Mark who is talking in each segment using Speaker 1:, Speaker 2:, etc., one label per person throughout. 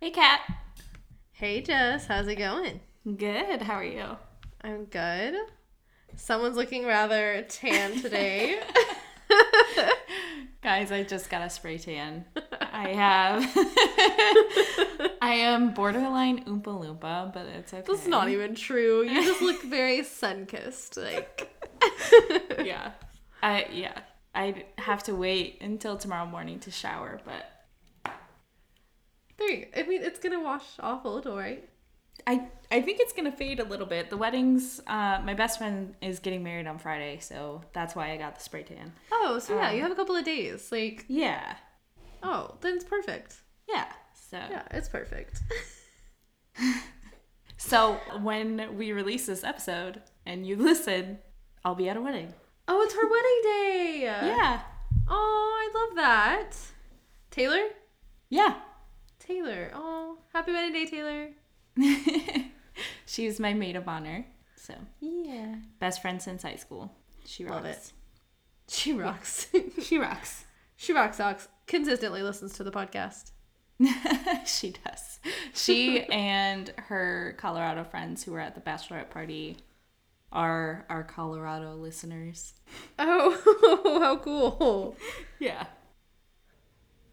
Speaker 1: Hey, Kat.
Speaker 2: Hey Jess, how's it going?
Speaker 1: Good. How are you?
Speaker 2: I'm good. Someone's looking rather tan today.
Speaker 1: Guys, I just got a spray tan. I have. I am borderline Oompa Loompa, but it's okay.
Speaker 2: That's not even true. You just look very sun kissed. Like,
Speaker 1: Yeah. I, yeah. I have to wait until tomorrow morning to shower, but
Speaker 2: there you go. I mean, it's gonna wash off a little, right?
Speaker 1: I, I think it's going to fade a little bit. The wedding's, uh, my best friend is getting married on Friday, so that's why I got the spray tan.
Speaker 2: Oh, so yeah, you have a couple of days. Like,
Speaker 1: Yeah.
Speaker 2: oh, then it's perfect.
Speaker 1: Yeah. So.
Speaker 2: Yeah, it's perfect.
Speaker 1: So when we release this episode and you listen, I'll be at a wedding.
Speaker 2: Oh, it's her wedding day.
Speaker 1: Yeah.
Speaker 2: Oh, I love that. Taylor?
Speaker 1: Yeah.
Speaker 2: Taylor. Oh, happy wedding day, Taylor.
Speaker 1: She's my maid of honor. So
Speaker 2: Yeah.
Speaker 1: best friend since high school. She rocks.
Speaker 2: Love She rocks.
Speaker 1: She rocks.
Speaker 2: She rocks socks. Consistently listens to the podcast.
Speaker 1: she does. She and her Colorado friends who were at the bachelorette party are our Colorado listeners.
Speaker 2: Oh, how cool!
Speaker 1: Yeah.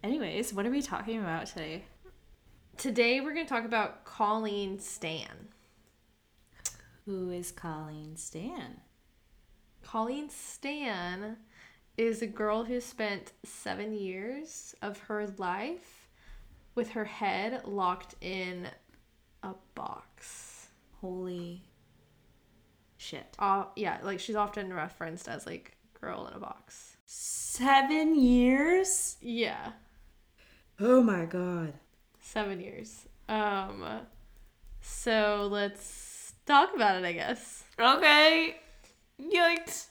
Speaker 1: Anyways, what are we talking about today?
Speaker 2: Today we're gonna talk about Colleen Stan.
Speaker 1: Who is Colleen Stan?
Speaker 2: Colleen Stan is a girl who spent seven years of her life with her head locked in a box.
Speaker 1: Holy shit.
Speaker 2: Uh, yeah, like she's often referenced as like girl in a box.
Speaker 1: Seven years?
Speaker 2: Yeah,
Speaker 1: Oh my god.
Speaker 2: seven years. Um, so let's talk about it, I guess.
Speaker 1: Okay. Yikes.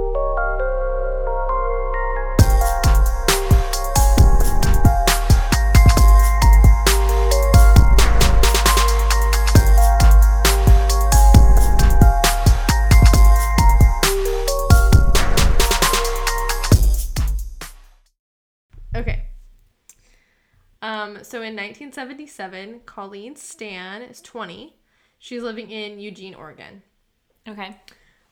Speaker 2: Okay. Um, so in 1977, Colleen Stan is 20. She's living in Eugene, Oregon.
Speaker 1: okay.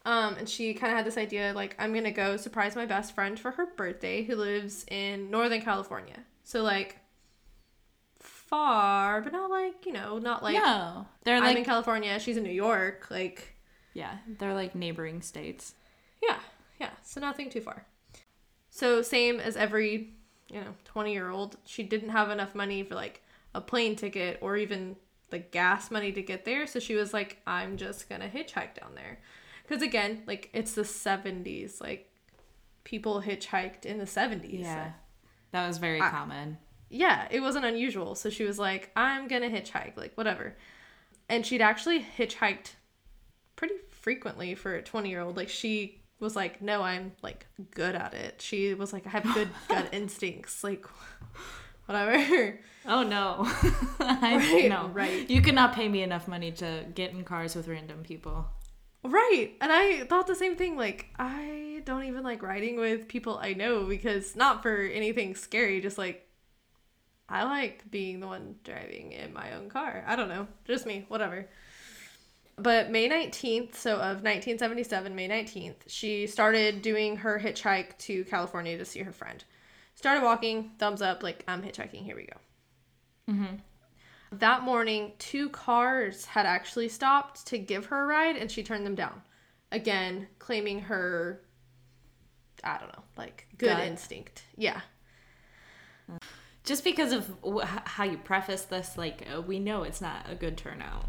Speaker 2: Um, and she kind of had this idea like, I'm going to go surprise my best friend for her birthday who lives in Northern California. So, like, far, but not like, you know, not like
Speaker 1: no. They're
Speaker 2: I'm
Speaker 1: like
Speaker 2: in California, she's in New York. Like,
Speaker 1: Yeah, they're like neighboring states.
Speaker 2: Yeah, yeah. So nothing too far. So same as every, you know, twenty year old, she didn't have enough money for like a plane ticket or even the gas money to get there. So she was like, I'm just gonna hitchhike down there, because again, like it's the seventies, like people hitchhiked in the seventies.
Speaker 1: Yeah. That was very common.
Speaker 2: yeah, it wasn't unusual. So she was like, I'm gonna hitchhike, like whatever. And she'd actually hitchhiked pretty frequently for a 20 year old. Like she was like, No, I'm like good at it. She was like, I have good gut instincts, like whatever.
Speaker 1: Oh no. I
Speaker 2: Right,
Speaker 1: no.
Speaker 2: right.
Speaker 1: You could not pay me enough money to get in cars with random people.
Speaker 2: right. And I thought the same thing. Like, I don't even like riding with people I know because not for anything scary, just like I like being the one driving in my own car. I don't know. Just me, whatever. But May 19th, so of 1977, May 19th, she started doing her hitchhike to California to see her friend. Started walking, thumbs up, like, I'm hitchhiking, here we go. That morning, two cars had actually stopped to give her a ride and she turned them down. Again, claiming her, I don't know, like good
Speaker 1: Gut.
Speaker 2: instinct. Yeah.
Speaker 1: Just because of wh- h- how you preface this, like uh, we know it's not a good turnout.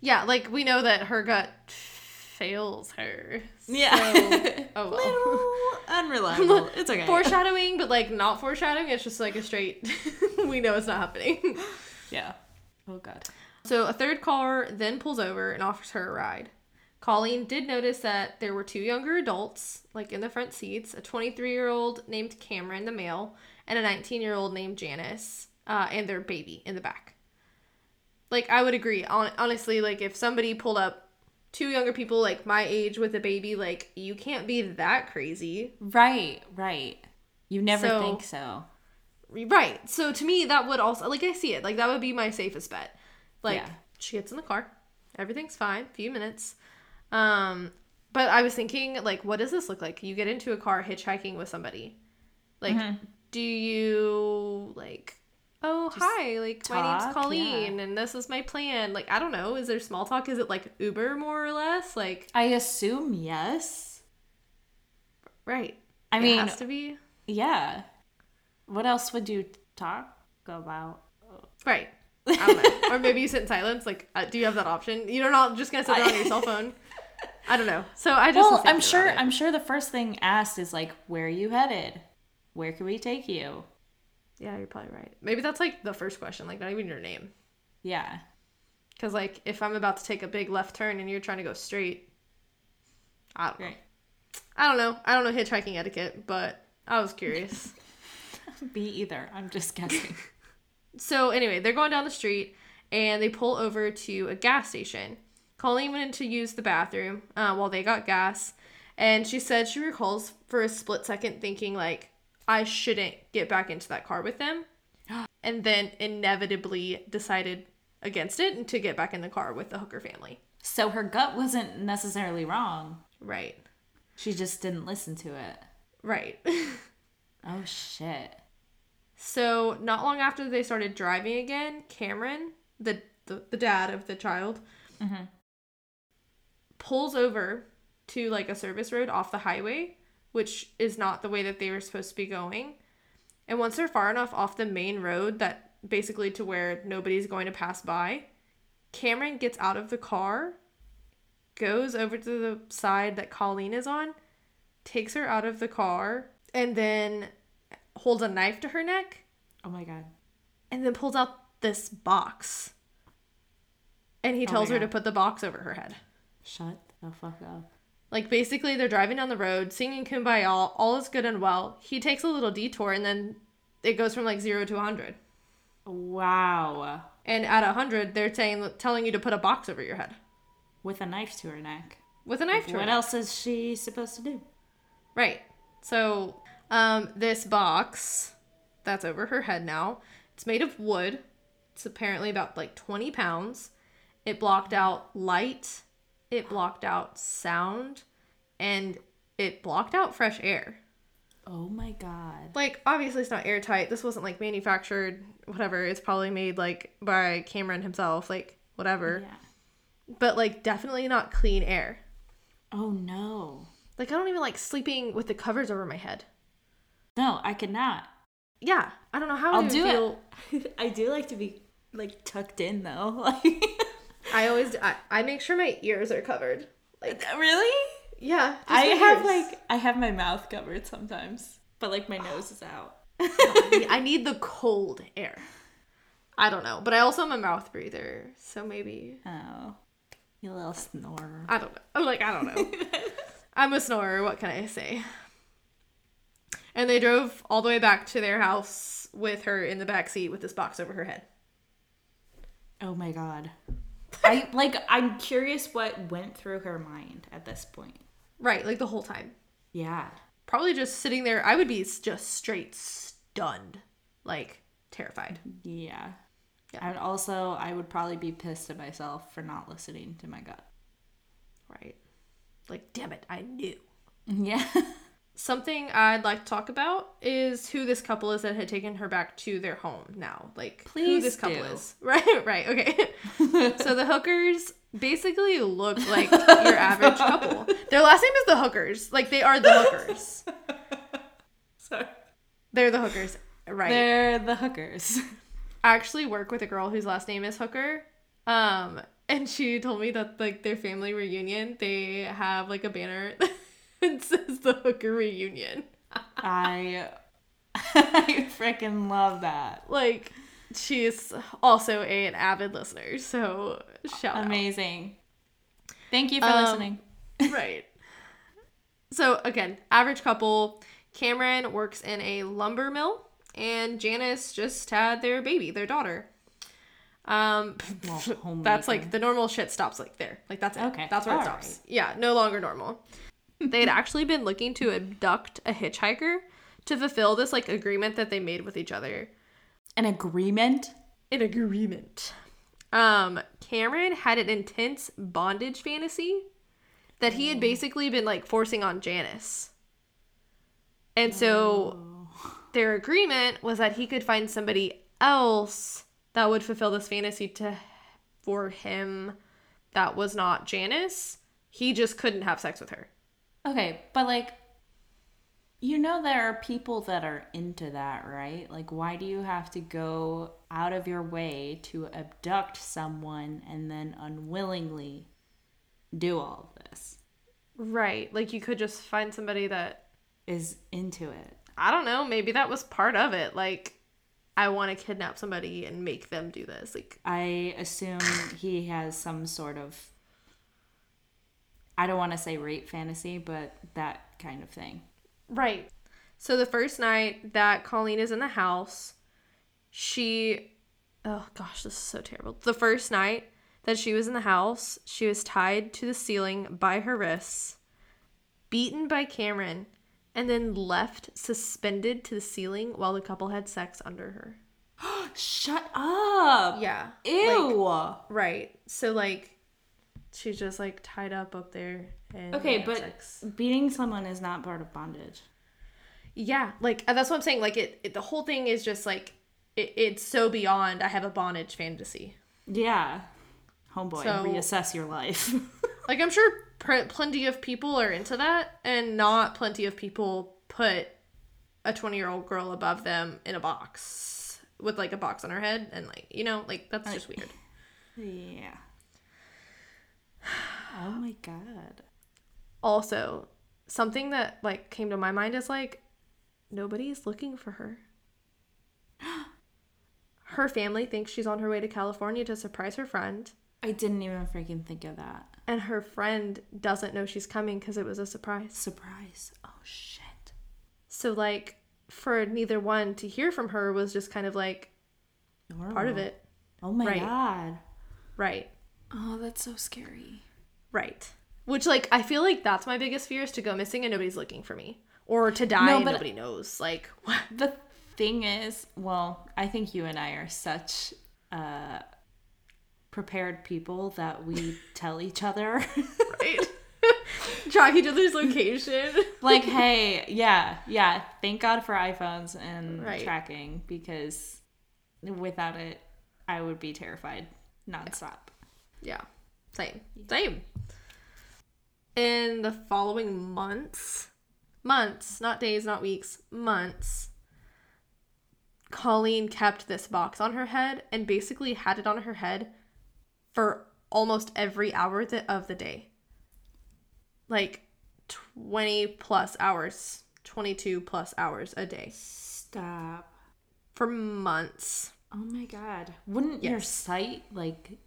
Speaker 2: Yeah, like we know that her gut fails her.
Speaker 1: Yeah.
Speaker 2: So- oh well.
Speaker 1: Unreliable. It's okay.
Speaker 2: foreshadowing, but like not foreshadowing. It's just like a straight. we know it's not happening.
Speaker 1: yeah. Oh god.
Speaker 2: So a third car then pulls over and offers her a ride. Colleen did notice that there were two younger adults, like in the front seats, a 23 year old named Cameron, the male, and a 19 year old named Janice, uh, and their baby in the back. Like, I would agree. Hon- honestly, like, if somebody pulled up two younger people, like my age, with a baby, like, you can't be that crazy.
Speaker 1: Right, right. You never
Speaker 2: So-
Speaker 1: think so.
Speaker 2: Right. So to me, that would also like I see it like that would be my safest bet. Like
Speaker 1: Yeah.
Speaker 2: she gets in the car, everything's fine, few minutes. Um, but I was thinking like, what does this look like? You get into a car hitchhiking with somebody. Like,
Speaker 1: Mm-hmm.
Speaker 2: do you like? Oh hi! Like my
Speaker 1: talk,
Speaker 2: name's Colleen, and this is my plan. Like I don't know, is there small talk? Is it like Uber more or less? Like
Speaker 1: I assume yes.
Speaker 2: right?
Speaker 1: I
Speaker 2: it
Speaker 1: mean,
Speaker 2: has to be
Speaker 1: yeah. What else would you talk about?
Speaker 2: Right. I don't know. or maybe you sit in silence. Like, uh, do you have that option? You're not just gonna sit there on your cell phone. I don't know. So I just.
Speaker 1: Well,
Speaker 2: was
Speaker 1: I'm
Speaker 2: thinking
Speaker 1: sure.
Speaker 2: about it.
Speaker 1: I'm sure the first thing asked is like, "Where are you headed? Where can we take you?"
Speaker 2: Yeah, you're probably right. Maybe that's like the first question. Like, not even your name.
Speaker 1: Yeah.
Speaker 2: Because like, if I'm about to take a big left turn and you're trying to go straight, I don't know.
Speaker 1: Right.
Speaker 2: I don't know. I don't know hitchhiking etiquette, but I was curious.
Speaker 1: Be either. I'm just guessing.
Speaker 2: so anyway, they're going down the street and they pull over to a gas station. Colleen went in to use the bathroom uh, while they got gas, and she said she recalls for a split second thinking like, "I shouldn't get back into that car with them," and then inevitably decided against it and to get back in the car with the hooker family.
Speaker 1: so her gut wasn't necessarily wrong.
Speaker 2: Right,
Speaker 1: She just didn't listen to it.
Speaker 2: right.
Speaker 1: Oh shit.
Speaker 2: So not long after they started driving again, Cameron, the the, the dad of the child, pulls over to like a service road off the highway, which is not the way that they were supposed to be going. And once they're far enough off the main road that basically to where nobody's going to pass by, Cameron gets out of the car, goes over to the side that Colleen is on, takes her out of the car, and then holds a knife to her neck
Speaker 1: Oh my god.
Speaker 2: and then pulls out this box. And
Speaker 1: Oh
Speaker 2: he
Speaker 1: my
Speaker 2: tells her to
Speaker 1: God.
Speaker 2: put the box over her head.
Speaker 1: Shut the fuck up.
Speaker 2: Like basically they're driving down the road, singing Kumbaya, all is good and well. He takes a little detour and then it goes from like 0 to 100.
Speaker 1: Wow.
Speaker 2: And at 100, they're saying telling you to put a box over your head
Speaker 1: With a knife to her neck.
Speaker 2: with a knife to her.
Speaker 1: What else is she supposed to do?
Speaker 2: Right. So, um, this box that's over her head now, it's made of wood. It's apparently about like 20 pounds. It blocked out light, it blocked out sound, and it blocked out fresh air.
Speaker 1: Oh my god.
Speaker 2: Like, obviously, it's not airtight. This wasn't like manufactured, whatever. It's probably made like by Cameron himself, like, whatever.
Speaker 1: Yeah.
Speaker 2: But, like, definitely not clean air.
Speaker 1: Oh no.
Speaker 2: Like, I don't even like sleeping with the covers over my head.
Speaker 1: No, I could not.
Speaker 2: Yeah, I don't know how I
Speaker 1: I'll
Speaker 2: would
Speaker 1: do
Speaker 2: feel
Speaker 1: it. I do like to be like tucked in though. Like
Speaker 2: I always I, I make sure my ears are covered. Like
Speaker 1: really?
Speaker 2: yeah, just
Speaker 1: I
Speaker 2: my
Speaker 1: have
Speaker 2: ears.
Speaker 1: like I have my mouth covered sometimes, but like my nose is out.
Speaker 2: I need the cold air. I don't know, but I also am a mouth breather, so maybe
Speaker 1: Oh. You little snorer.
Speaker 2: I don't know. I'm like I don't know. I'm a snorer. What can I say? And they drove all the way back to their house with her in the back seat with this box over her head.
Speaker 1: Oh my god. I like I'm curious what went through her mind at this point.
Speaker 2: Right, like the whole time.
Speaker 1: Yeah.
Speaker 2: Probably just sitting there. I would be s- just straight stunned, like terrified.
Speaker 1: Yeah.
Speaker 2: Yeah.
Speaker 1: And also, I would probably be pissed at myself for not listening to my gut.
Speaker 2: Right. Like damn it, I knew.
Speaker 1: Yeah.
Speaker 2: Something I'd like to talk about is who this couple is that had taken her back to their home now. Like who
Speaker 1: Please
Speaker 2: this couple
Speaker 1: do.
Speaker 2: is. Right, right, okay. so the hookers basically look like your average couple. Their last name is the hookers. Like they are the hookers.
Speaker 1: Sorry.
Speaker 2: They're the hookers. Right.
Speaker 1: They're the hookers.
Speaker 2: I actually work with a girl whose last name is Hooker. Um, and she told me that like their family reunion, they have like a banner that says the hooker reunion.
Speaker 1: I I freaking love that.
Speaker 2: like she's also a, an avid listener so shout
Speaker 1: Amazing. Thank you for
Speaker 2: Um,
Speaker 1: listening.
Speaker 2: out right so again average couple cameron works in a lumber mill and janice just had their baby their daughter um
Speaker 1: Well,
Speaker 2: that's
Speaker 1: homemaker.
Speaker 2: like the normal shit stops like there like that's it
Speaker 1: Okay,
Speaker 2: that's where it
Speaker 1: all
Speaker 2: stops yeah no longer normal they had actually been looking to abduct a hitchhiker to fulfill this like agreement that they made with each other.
Speaker 1: An agreement?
Speaker 2: An agreement. Um, Cameron had an intense bondage fantasy that he had basically been like forcing on Janice. And so their agreement was that he could find somebody else that would fulfill this fantasy to for him that was not Janice. He just couldn't have sex with her.
Speaker 1: Okay, but like, you know, there are people that are into that, right? Like, why do you have to go out of your way to abduct someone and then unwillingly do all of this?
Speaker 2: Right. Like you could just find somebody that
Speaker 1: Is into it.
Speaker 2: I don't know, maybe that was part of it. Like I want to kidnap somebody and make them do this. Like
Speaker 1: I assume he has some sort of, I don't want to say rape fantasy, but that kind of thing.
Speaker 2: Right. So the first night that Colleen is in the house, she oh gosh, this is so terrible. The first night that she was in the house, she was tied to the ceiling by her wrists, beaten by Cameron, and then left suspended to the ceiling while the couple had sex under her.
Speaker 1: Shut up!
Speaker 2: Yeah.
Speaker 1: Ew!
Speaker 2: Right. So like she's just like tied up up there and
Speaker 1: okay,
Speaker 2: had
Speaker 1: but
Speaker 2: sex.
Speaker 1: beating someone is not part of bondage.
Speaker 2: Yeah, like uh, that's what I'm saying. Like it, it the whole thing is just like it, it's so beyond. I have a bondage fantasy.
Speaker 1: Yeah. Homeboy,
Speaker 2: So-
Speaker 1: reassess your life.
Speaker 2: Like I'm sure pr- plenty of people are into that, and not plenty of people put a 20 year old girl above them in a box with like a box on her head, and like you know, like that's just weird.
Speaker 1: yeah. Oh my god.
Speaker 2: Also, something that like came to my mind is like nobody's looking for her. Her family thinks she's on her way to California to surprise her friend.
Speaker 1: I didn't even freaking think of that.
Speaker 2: and her friend doesn't know she's coming because it was a surprise.
Speaker 1: Surprise. Oh shit.
Speaker 2: So like for neither one to hear from her was just kind of like part of
Speaker 1: Normal.
Speaker 2: it.
Speaker 1: Oh my
Speaker 2: Right.
Speaker 1: god.
Speaker 2: Right.
Speaker 1: Oh, that's so scary.
Speaker 2: Right. Which like I feel like that's my biggest fear is to go missing and nobody's looking for me. Or to die
Speaker 1: No,
Speaker 2: and
Speaker 1: but-
Speaker 2: nobody knows. Like what
Speaker 1: The thing is, well, I think you and I are such uh prepared people that we tell each other
Speaker 2: right? Track each other's location.
Speaker 1: like hey yeah yeah thank god for iphones and
Speaker 2: Right.
Speaker 1: tracking because without it i would be terrified nonstop
Speaker 2: yeah. Same. Same. In the following months, months, not days, not weeks, months, Colleen kept this box on her head and basically had it on her head for almost every hour th- of the day. Like 20 plus hours, 22 plus hours a day
Speaker 1: stop
Speaker 2: for months.
Speaker 1: oh my god wouldn't your
Speaker 2: Yes.
Speaker 1: sight like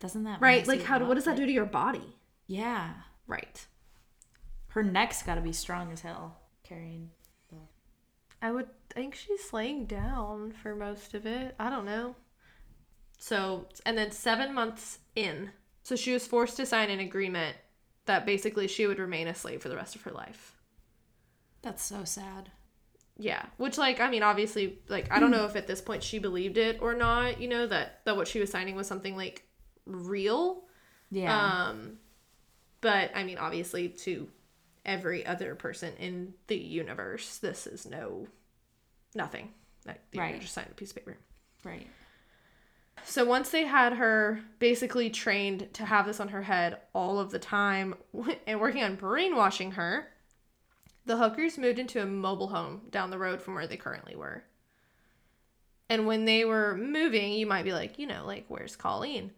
Speaker 1: doesn't that
Speaker 2: Right?
Speaker 1: mess
Speaker 2: Like,
Speaker 1: you
Speaker 2: how, do-
Speaker 1: up?
Speaker 2: what does that do to your body?
Speaker 1: yeah
Speaker 2: Right.
Speaker 1: her neck's got to be strong as hell carrying
Speaker 2: I would think she's laying down for most of it. I don't know. So, and then seven months in, so she was forced to sign an agreement that basically she would remain a slave for the rest of her life.
Speaker 1: that's so sad
Speaker 2: Yeah, which like I mean, obviously, like I don't know if at this point she believed it or not. You know that that what she was signing was something like real.
Speaker 1: yeah
Speaker 2: Um, but I mean, obviously, to every other person in the universe, this is no nothing. Like, you're
Speaker 1: Right.
Speaker 2: just signed a piece of paper.
Speaker 1: right
Speaker 2: So once they had her basically trained to have this on her head all of the time and working on brainwashing her, the hookers moved into a mobile home down the road from where they currently were. And when they were moving, you might be like, you know, like, where's Colleen?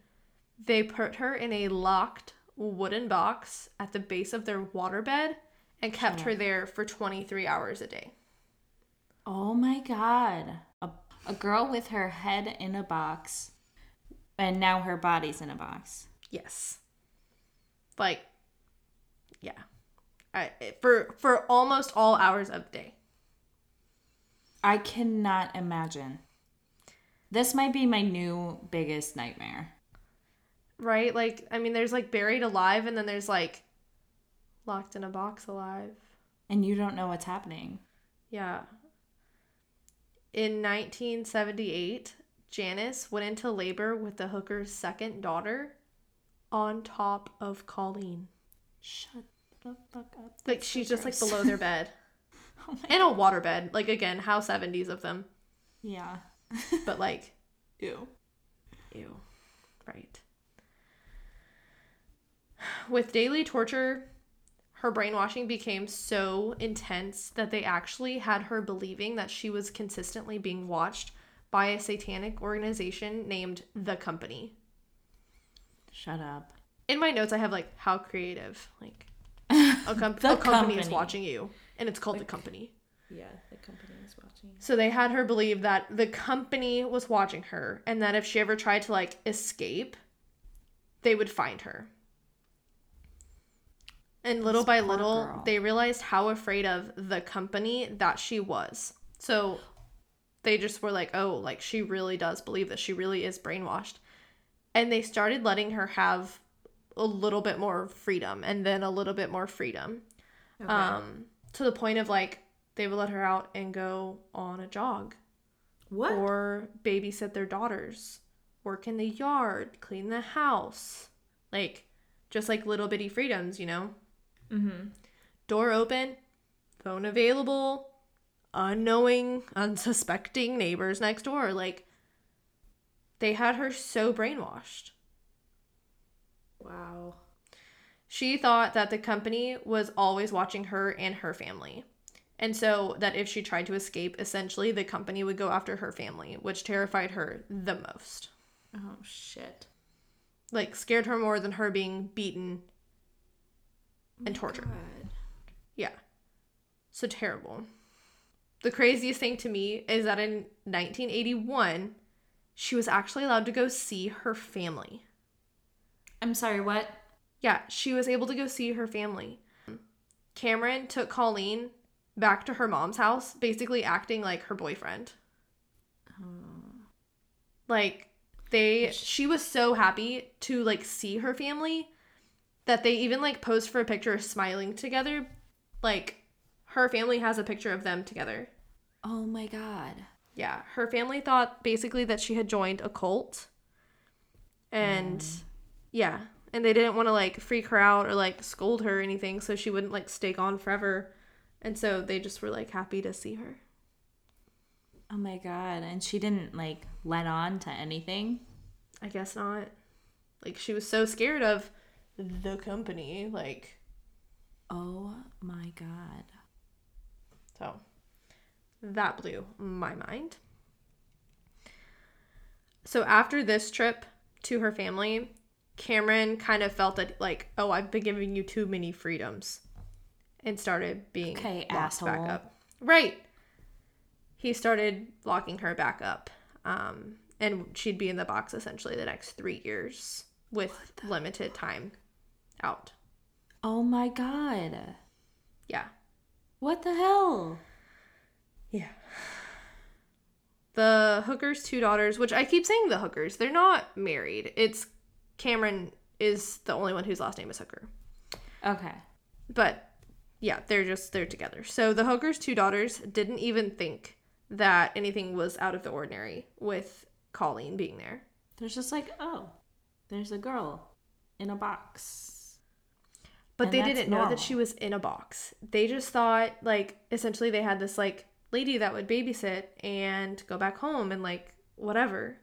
Speaker 2: They put her in a locked wooden box at the base of their waterbed and kept her there for 23 hours a day.
Speaker 1: Oh my god. A, a girl with her head in a box and now her body's in a box.
Speaker 2: Yes. Like, yeah, I, for for almost all hours of the day.
Speaker 1: I cannot imagine. This might be my new biggest nightmare.
Speaker 2: Right? Like, I mean, there's like buried alive, and then there's like locked in a box alive.
Speaker 1: And you don't know what's happening.
Speaker 2: Yeah. In 1978, Janice went into labor with the hooker's second daughter on top of Colleen.
Speaker 1: Shut the fuck up.
Speaker 2: Like
Speaker 1: That's
Speaker 2: she's
Speaker 1: so
Speaker 2: just like
Speaker 1: gross.
Speaker 2: below their bed.
Speaker 1: Oh my-
Speaker 2: In a waterbed. Like again, how 70s of them.
Speaker 1: yeah.
Speaker 2: But like
Speaker 1: Ew.
Speaker 2: Ew. Right. With daily torture, her brainwashing became so intense that they actually had her believing that she was consistently being watched by a satanic organization named The Company.
Speaker 1: Shut up.
Speaker 2: In my notes, I have like, how creative. Like, a, com-
Speaker 1: The
Speaker 2: a company
Speaker 1: Company.
Speaker 2: is watching you, and it's called The Company.
Speaker 1: Yeah, the company is watching.
Speaker 2: So they had her believe that the company was watching her and that if she ever tried to like escape, they would find her. And little
Speaker 1: This
Speaker 2: by
Speaker 1: poor
Speaker 2: little,
Speaker 1: girl.
Speaker 2: they realized how afraid of the company that she was. So they just were like, oh, like she really does believe this. She really is brainwashed. And they started letting her have a little bit more freedom and then a little bit more freedom
Speaker 1: Okay.
Speaker 2: um to the point of like they would let her out and go on a jog
Speaker 1: what?
Speaker 2: or babysit their daughters work in the yard clean the house like just like little bitty freedoms you know
Speaker 1: mm-hmm.
Speaker 2: door open phone available unknowing unsuspecting neighbors next door like they had her so brainwashed
Speaker 1: Wow.
Speaker 2: She thought that the company was always watching her and her family. And so that if she tried to escape, essentially the company would go after her family, which terrified her the most.
Speaker 1: Oh shit.
Speaker 2: Like scared her more than her being beaten and tortured.
Speaker 1: God.
Speaker 2: Yeah. So terrible. The craziest thing to me is that in 1981, she was actually allowed to go see her family.
Speaker 1: I'm sorry. What?
Speaker 2: Yeah, she was able to go see her family. Cameron took Colleen back to her mom's house, basically acting like her boyfriend. Like they she was so happy to like see her family that they even like posed for a picture smiling together. Like her family has a picture of them together.
Speaker 1: Oh my god.
Speaker 2: Yeah, her family thought basically that she had joined a cult. And yeah, and they didn't want to like freak her out or like scold her or anything so she wouldn't like stay gone forever. And so they just were like happy to see her.
Speaker 1: Oh my god. And she didn't like let on to anything.
Speaker 2: I guess not. Like she was so scared of the company, like
Speaker 1: Oh my god.
Speaker 2: So that blew my mind. So after this trip to her family, Cameron kind of felt that, like, oh, I've been giving you too many freedoms and started being
Speaker 1: Okay,
Speaker 2: locked
Speaker 1: asshole.
Speaker 2: back up. Right. He started locking her back up. Um, and she'd be in the box essentially the next three years with limited time out.
Speaker 1: Oh my god.
Speaker 2: Yeah.
Speaker 1: What the hell?
Speaker 2: Yeah. The hooker's two daughters, which I keep saying the hookers, they're not married. It's Cameron is the only one whose last name is Hooker.
Speaker 1: Okay.
Speaker 2: But yeah, they're just they're together. So the hooker's two daughters didn't even think that anything was out of the ordinary with Colleen being there.
Speaker 1: There's just like, oh, there's a girl in a box.
Speaker 2: But
Speaker 1: And
Speaker 2: they
Speaker 1: that's
Speaker 2: didn't know
Speaker 1: normal.
Speaker 2: that she was in a box. They just thought like essentially they had this like lady that would babysit and go back home and like whatever.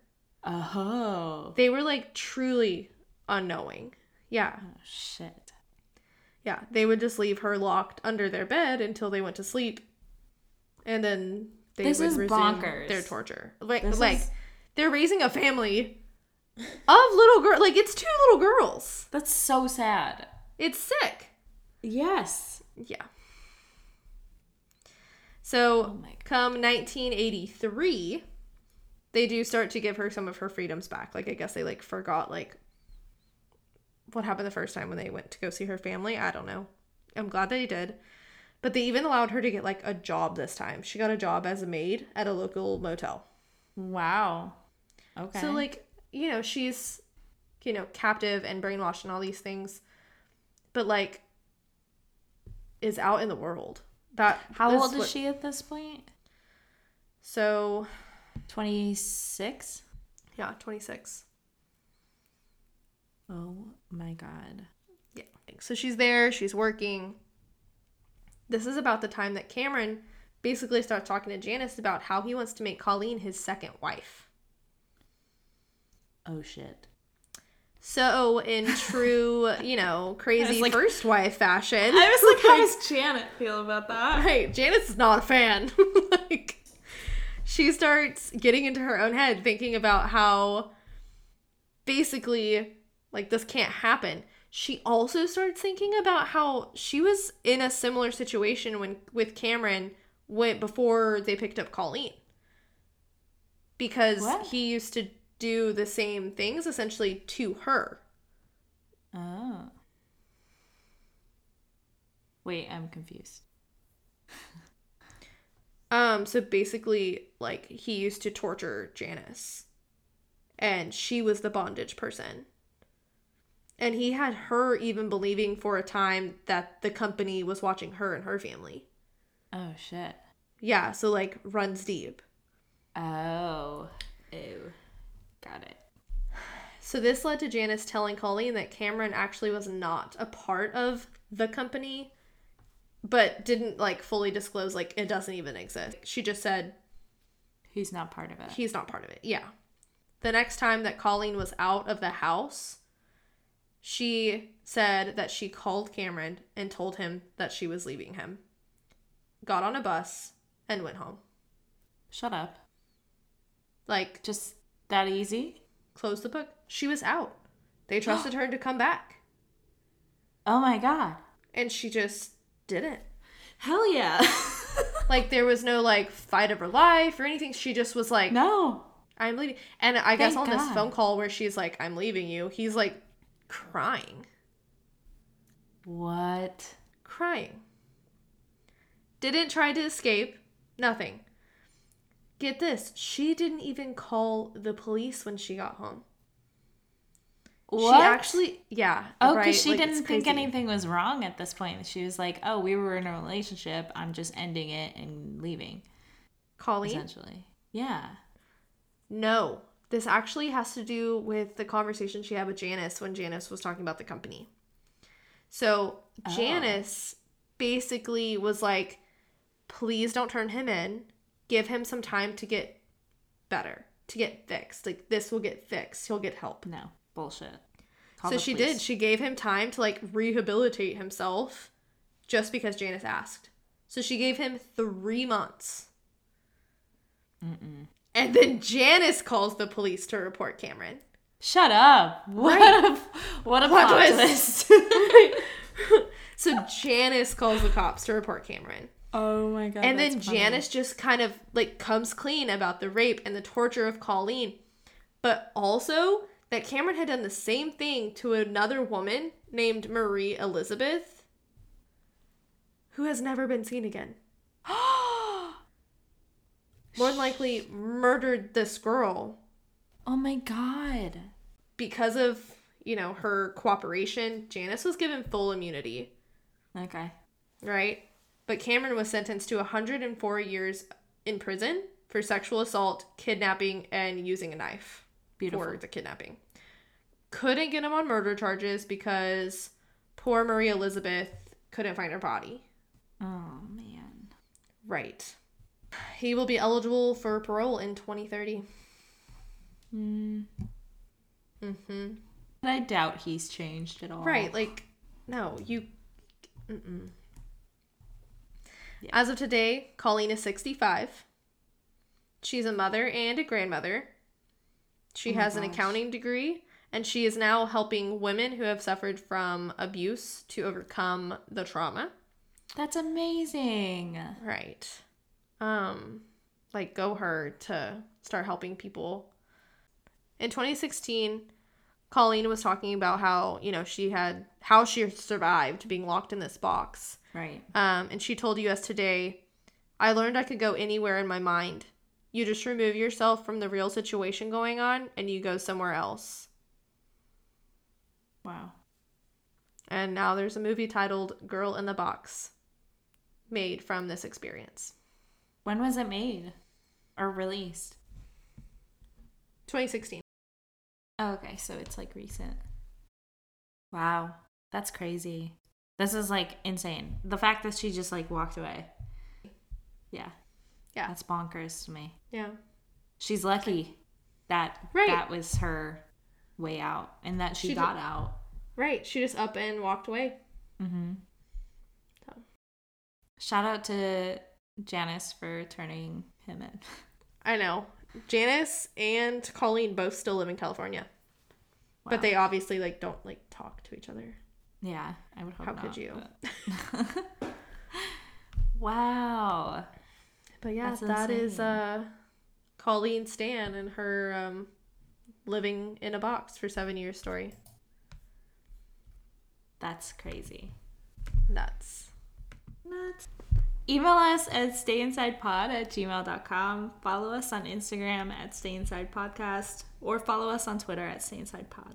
Speaker 1: Oh.
Speaker 2: they were like truly unknowing. Yeah.
Speaker 1: Oh shit.
Speaker 2: Yeah. They would just leave her locked under their bed until they went to sleep. And then they
Speaker 1: This
Speaker 2: would
Speaker 1: is
Speaker 2: resume
Speaker 1: bonkers.
Speaker 2: their torture. Like
Speaker 1: This
Speaker 2: like
Speaker 1: is-
Speaker 2: they're raising a family of little girl like it's two little girls.
Speaker 1: That's so sad.
Speaker 2: It's sick.
Speaker 1: Yes.
Speaker 2: Yeah. So
Speaker 1: Oh my God.
Speaker 2: come 1983, they do start to give her some of her freedoms back. Like I guess they like forgot like what happened the first time when they went to go see her family. I don't know. I'm glad they did. But they even allowed her to get like a job this time. She got a job as a maid at a local motel.
Speaker 1: Wow. Okay.
Speaker 2: So like, you know, she's you know, captive and brainwashed and all these things, but like is out in the world That
Speaker 1: How
Speaker 2: is
Speaker 1: old
Speaker 2: what-
Speaker 1: is she at this point?
Speaker 2: So
Speaker 1: 26?
Speaker 2: yeah, twenty six.
Speaker 1: Oh my god.
Speaker 2: Yeah. So she's there, she's working. This is about the time that Cameron basically starts talking to Janice about how he wants to make Colleen his second wife.
Speaker 1: Oh shit.
Speaker 2: So, in true, you know, crazy
Speaker 1: like-
Speaker 2: first wife fashion,
Speaker 1: I was like, how does Janet feel about that?
Speaker 2: right, Janice is not a fan. like, she starts getting into her own head, thinking about how basically, like, this can't happen. She also starts thinking about how she was in a similar situation when with Cameron went before they picked up Colleen. Because
Speaker 1: What?
Speaker 2: he used to do the same things essentially to her.
Speaker 1: Oh. Wait, I'm confused.
Speaker 2: Um, so basically, like he used to torture Janice, and she was the bondage person. And he had her even believing for a time that the company was watching her and her family.
Speaker 1: Oh shit.
Speaker 2: Yeah, so like runs deep.
Speaker 1: Oh. Ew. Got it.
Speaker 2: So this led to Janice telling Colleen that Cameron actually was not a part of the company, but didn't like fully disclose like it doesn't even exist. She just said
Speaker 1: He's not part of it.
Speaker 2: He's not part of it. Yeah. The next time that Colleen was out of the house, she said that she called Cameron and told him that she was leaving him. Got on a bus and went home.
Speaker 1: Shut up.
Speaker 2: Like,
Speaker 1: Just that easy?
Speaker 2: closed the book. She was out. They trusted her to come back,
Speaker 1: Oh my god.
Speaker 2: and she just didn't.
Speaker 1: Hell yeah.
Speaker 2: Like, there was no like fight of her life or anything. She just was like,
Speaker 1: no.
Speaker 2: I'm leaving. And I guess
Speaker 1: Thank
Speaker 2: on this
Speaker 1: God.
Speaker 2: phone call where she's like, I'm leaving you, he's like crying.
Speaker 1: What?
Speaker 2: crying. Didn't try to escape, nothing. Get this, she didn't even call the police when she got home.
Speaker 1: What?
Speaker 2: She actually, yeah.
Speaker 1: Oh, because
Speaker 2: right,
Speaker 1: she
Speaker 2: like, it's
Speaker 1: didn't think
Speaker 2: crazy.
Speaker 1: anything was wrong at this point. She was like, "Oh, we were in a relationship. I'm just ending it and leaving."
Speaker 2: Colleen?
Speaker 1: Essentially, yeah.
Speaker 2: No. This actually has to do with the conversation she had with Janice when Janice was talking about the company. So
Speaker 1: Oh.
Speaker 2: Janice basically was like, please don't turn him in. Give him some time to get better, to get fixed. Like, this will get fixed. He'll get help.
Speaker 1: No bullshit.
Speaker 2: so she did. She gave him time to like rehabilitate himself just because Janice asked. So she gave him three months. And then Janice calls the police to report Cameron.
Speaker 1: Shut up! What a what a
Speaker 2: Plot
Speaker 1: plot
Speaker 2: twist.
Speaker 1: twist!
Speaker 2: So Janice calls the cops to report Cameron.
Speaker 1: oh my god!
Speaker 2: and then
Speaker 1: that's funny.
Speaker 2: Janice just kind of like comes clean about the rape and the torture of Colleen, but also that Cameron had done the same thing to another woman named Marie Elizabeth, who has never been seen again. More than likely, murdered this girl
Speaker 1: Oh my god!
Speaker 2: because of you know her cooperation. Janice was given full immunity.
Speaker 1: Okay.
Speaker 2: right? But Cameron was sentenced to 104 years in prison for sexual assault, kidnapping, and using a knife
Speaker 1: Beautiful.
Speaker 2: for the kidnapping. Couldn't get him on murder charges because poor Marie Elizabeth couldn't find her body.
Speaker 1: Oh man.
Speaker 2: Right. He will be eligible for parole in 2030.
Speaker 1: Mm.
Speaker 2: Mm-hmm.
Speaker 1: But I doubt he's changed at all.
Speaker 2: Right, like, no, you. Mm-mm.
Speaker 1: Yeah.
Speaker 2: As of today, Colleen is 65. She's a mother and a grandmother. She
Speaker 1: Oh my
Speaker 2: has an
Speaker 1: gosh.
Speaker 2: accounting degree, and she is now helping women who have suffered from abuse to overcome the trauma.
Speaker 1: That's amazing.
Speaker 2: Right. Um, like go her to start helping people. In 2016, Colleen was talking about how, you know, she had how she survived being locked in this box.
Speaker 1: Right.
Speaker 2: Um, and she told US Today, I learned I could go anywhere in my mind. You just remove yourself from the real situation going on and you go somewhere else.
Speaker 1: Wow.
Speaker 2: And now there's a movie titled Girl in the Box. made from this experience.
Speaker 1: When was it made or released?
Speaker 2: 2016.
Speaker 1: Oh, okay, so it's like recent. Wow, that's crazy. This is like insane. The fact that she just like walked away. Yeah.
Speaker 2: Yeah.
Speaker 1: That's bonkers to me.
Speaker 2: Yeah.
Speaker 1: She's lucky that
Speaker 2: Right.
Speaker 1: that was her way out and that she,
Speaker 2: She
Speaker 1: got
Speaker 2: did-
Speaker 1: out.
Speaker 2: Right. She just up and walked away.
Speaker 1: Mm-hmm.
Speaker 2: So.
Speaker 1: Shout out to Janice for turning him in.
Speaker 2: I know. Janice and Colleen both still live in California.
Speaker 1: Wow.
Speaker 2: But they obviously like don't like talk to each other.
Speaker 1: Yeah, I would hope
Speaker 2: How
Speaker 1: not.
Speaker 2: could you?
Speaker 1: but- wow.
Speaker 2: But yeah,
Speaker 1: That's
Speaker 2: that is
Speaker 1: insane.
Speaker 2: uh Colleen Stan and her um living in a box for 7 years story.
Speaker 1: That's crazy.
Speaker 2: That's
Speaker 1: Nuts. Email us at stayinsidepod at gmail.com. Follow us on Instagram at stayinsidepodcast or follow us on Twitter at stayinsidepod.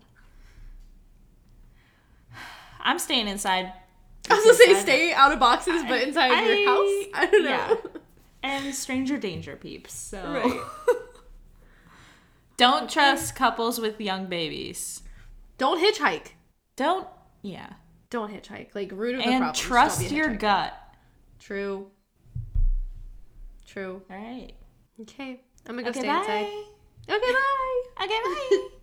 Speaker 1: I'm staying inside.
Speaker 2: I was gonna say
Speaker 1: Inside.
Speaker 2: stay out of boxes, but inside
Speaker 1: I-
Speaker 2: your house. I don't know.
Speaker 1: yeah. and stranger danger peeps. So
Speaker 2: Right.
Speaker 1: don't trust couples with young babies.
Speaker 2: Don't hitchhike.
Speaker 1: Don't yeah.
Speaker 2: Don't hitchhike. Like root of the problem.
Speaker 1: and
Speaker 2: is don't
Speaker 1: trust
Speaker 2: be a
Speaker 1: your
Speaker 2: hitchhiker.
Speaker 1: gut.
Speaker 2: True. True.
Speaker 1: All right.
Speaker 2: Okay, I'm gonna go
Speaker 1: Okay,
Speaker 2: stay
Speaker 1: bye.
Speaker 2: inside. Okay, bye.
Speaker 1: Okay, bye.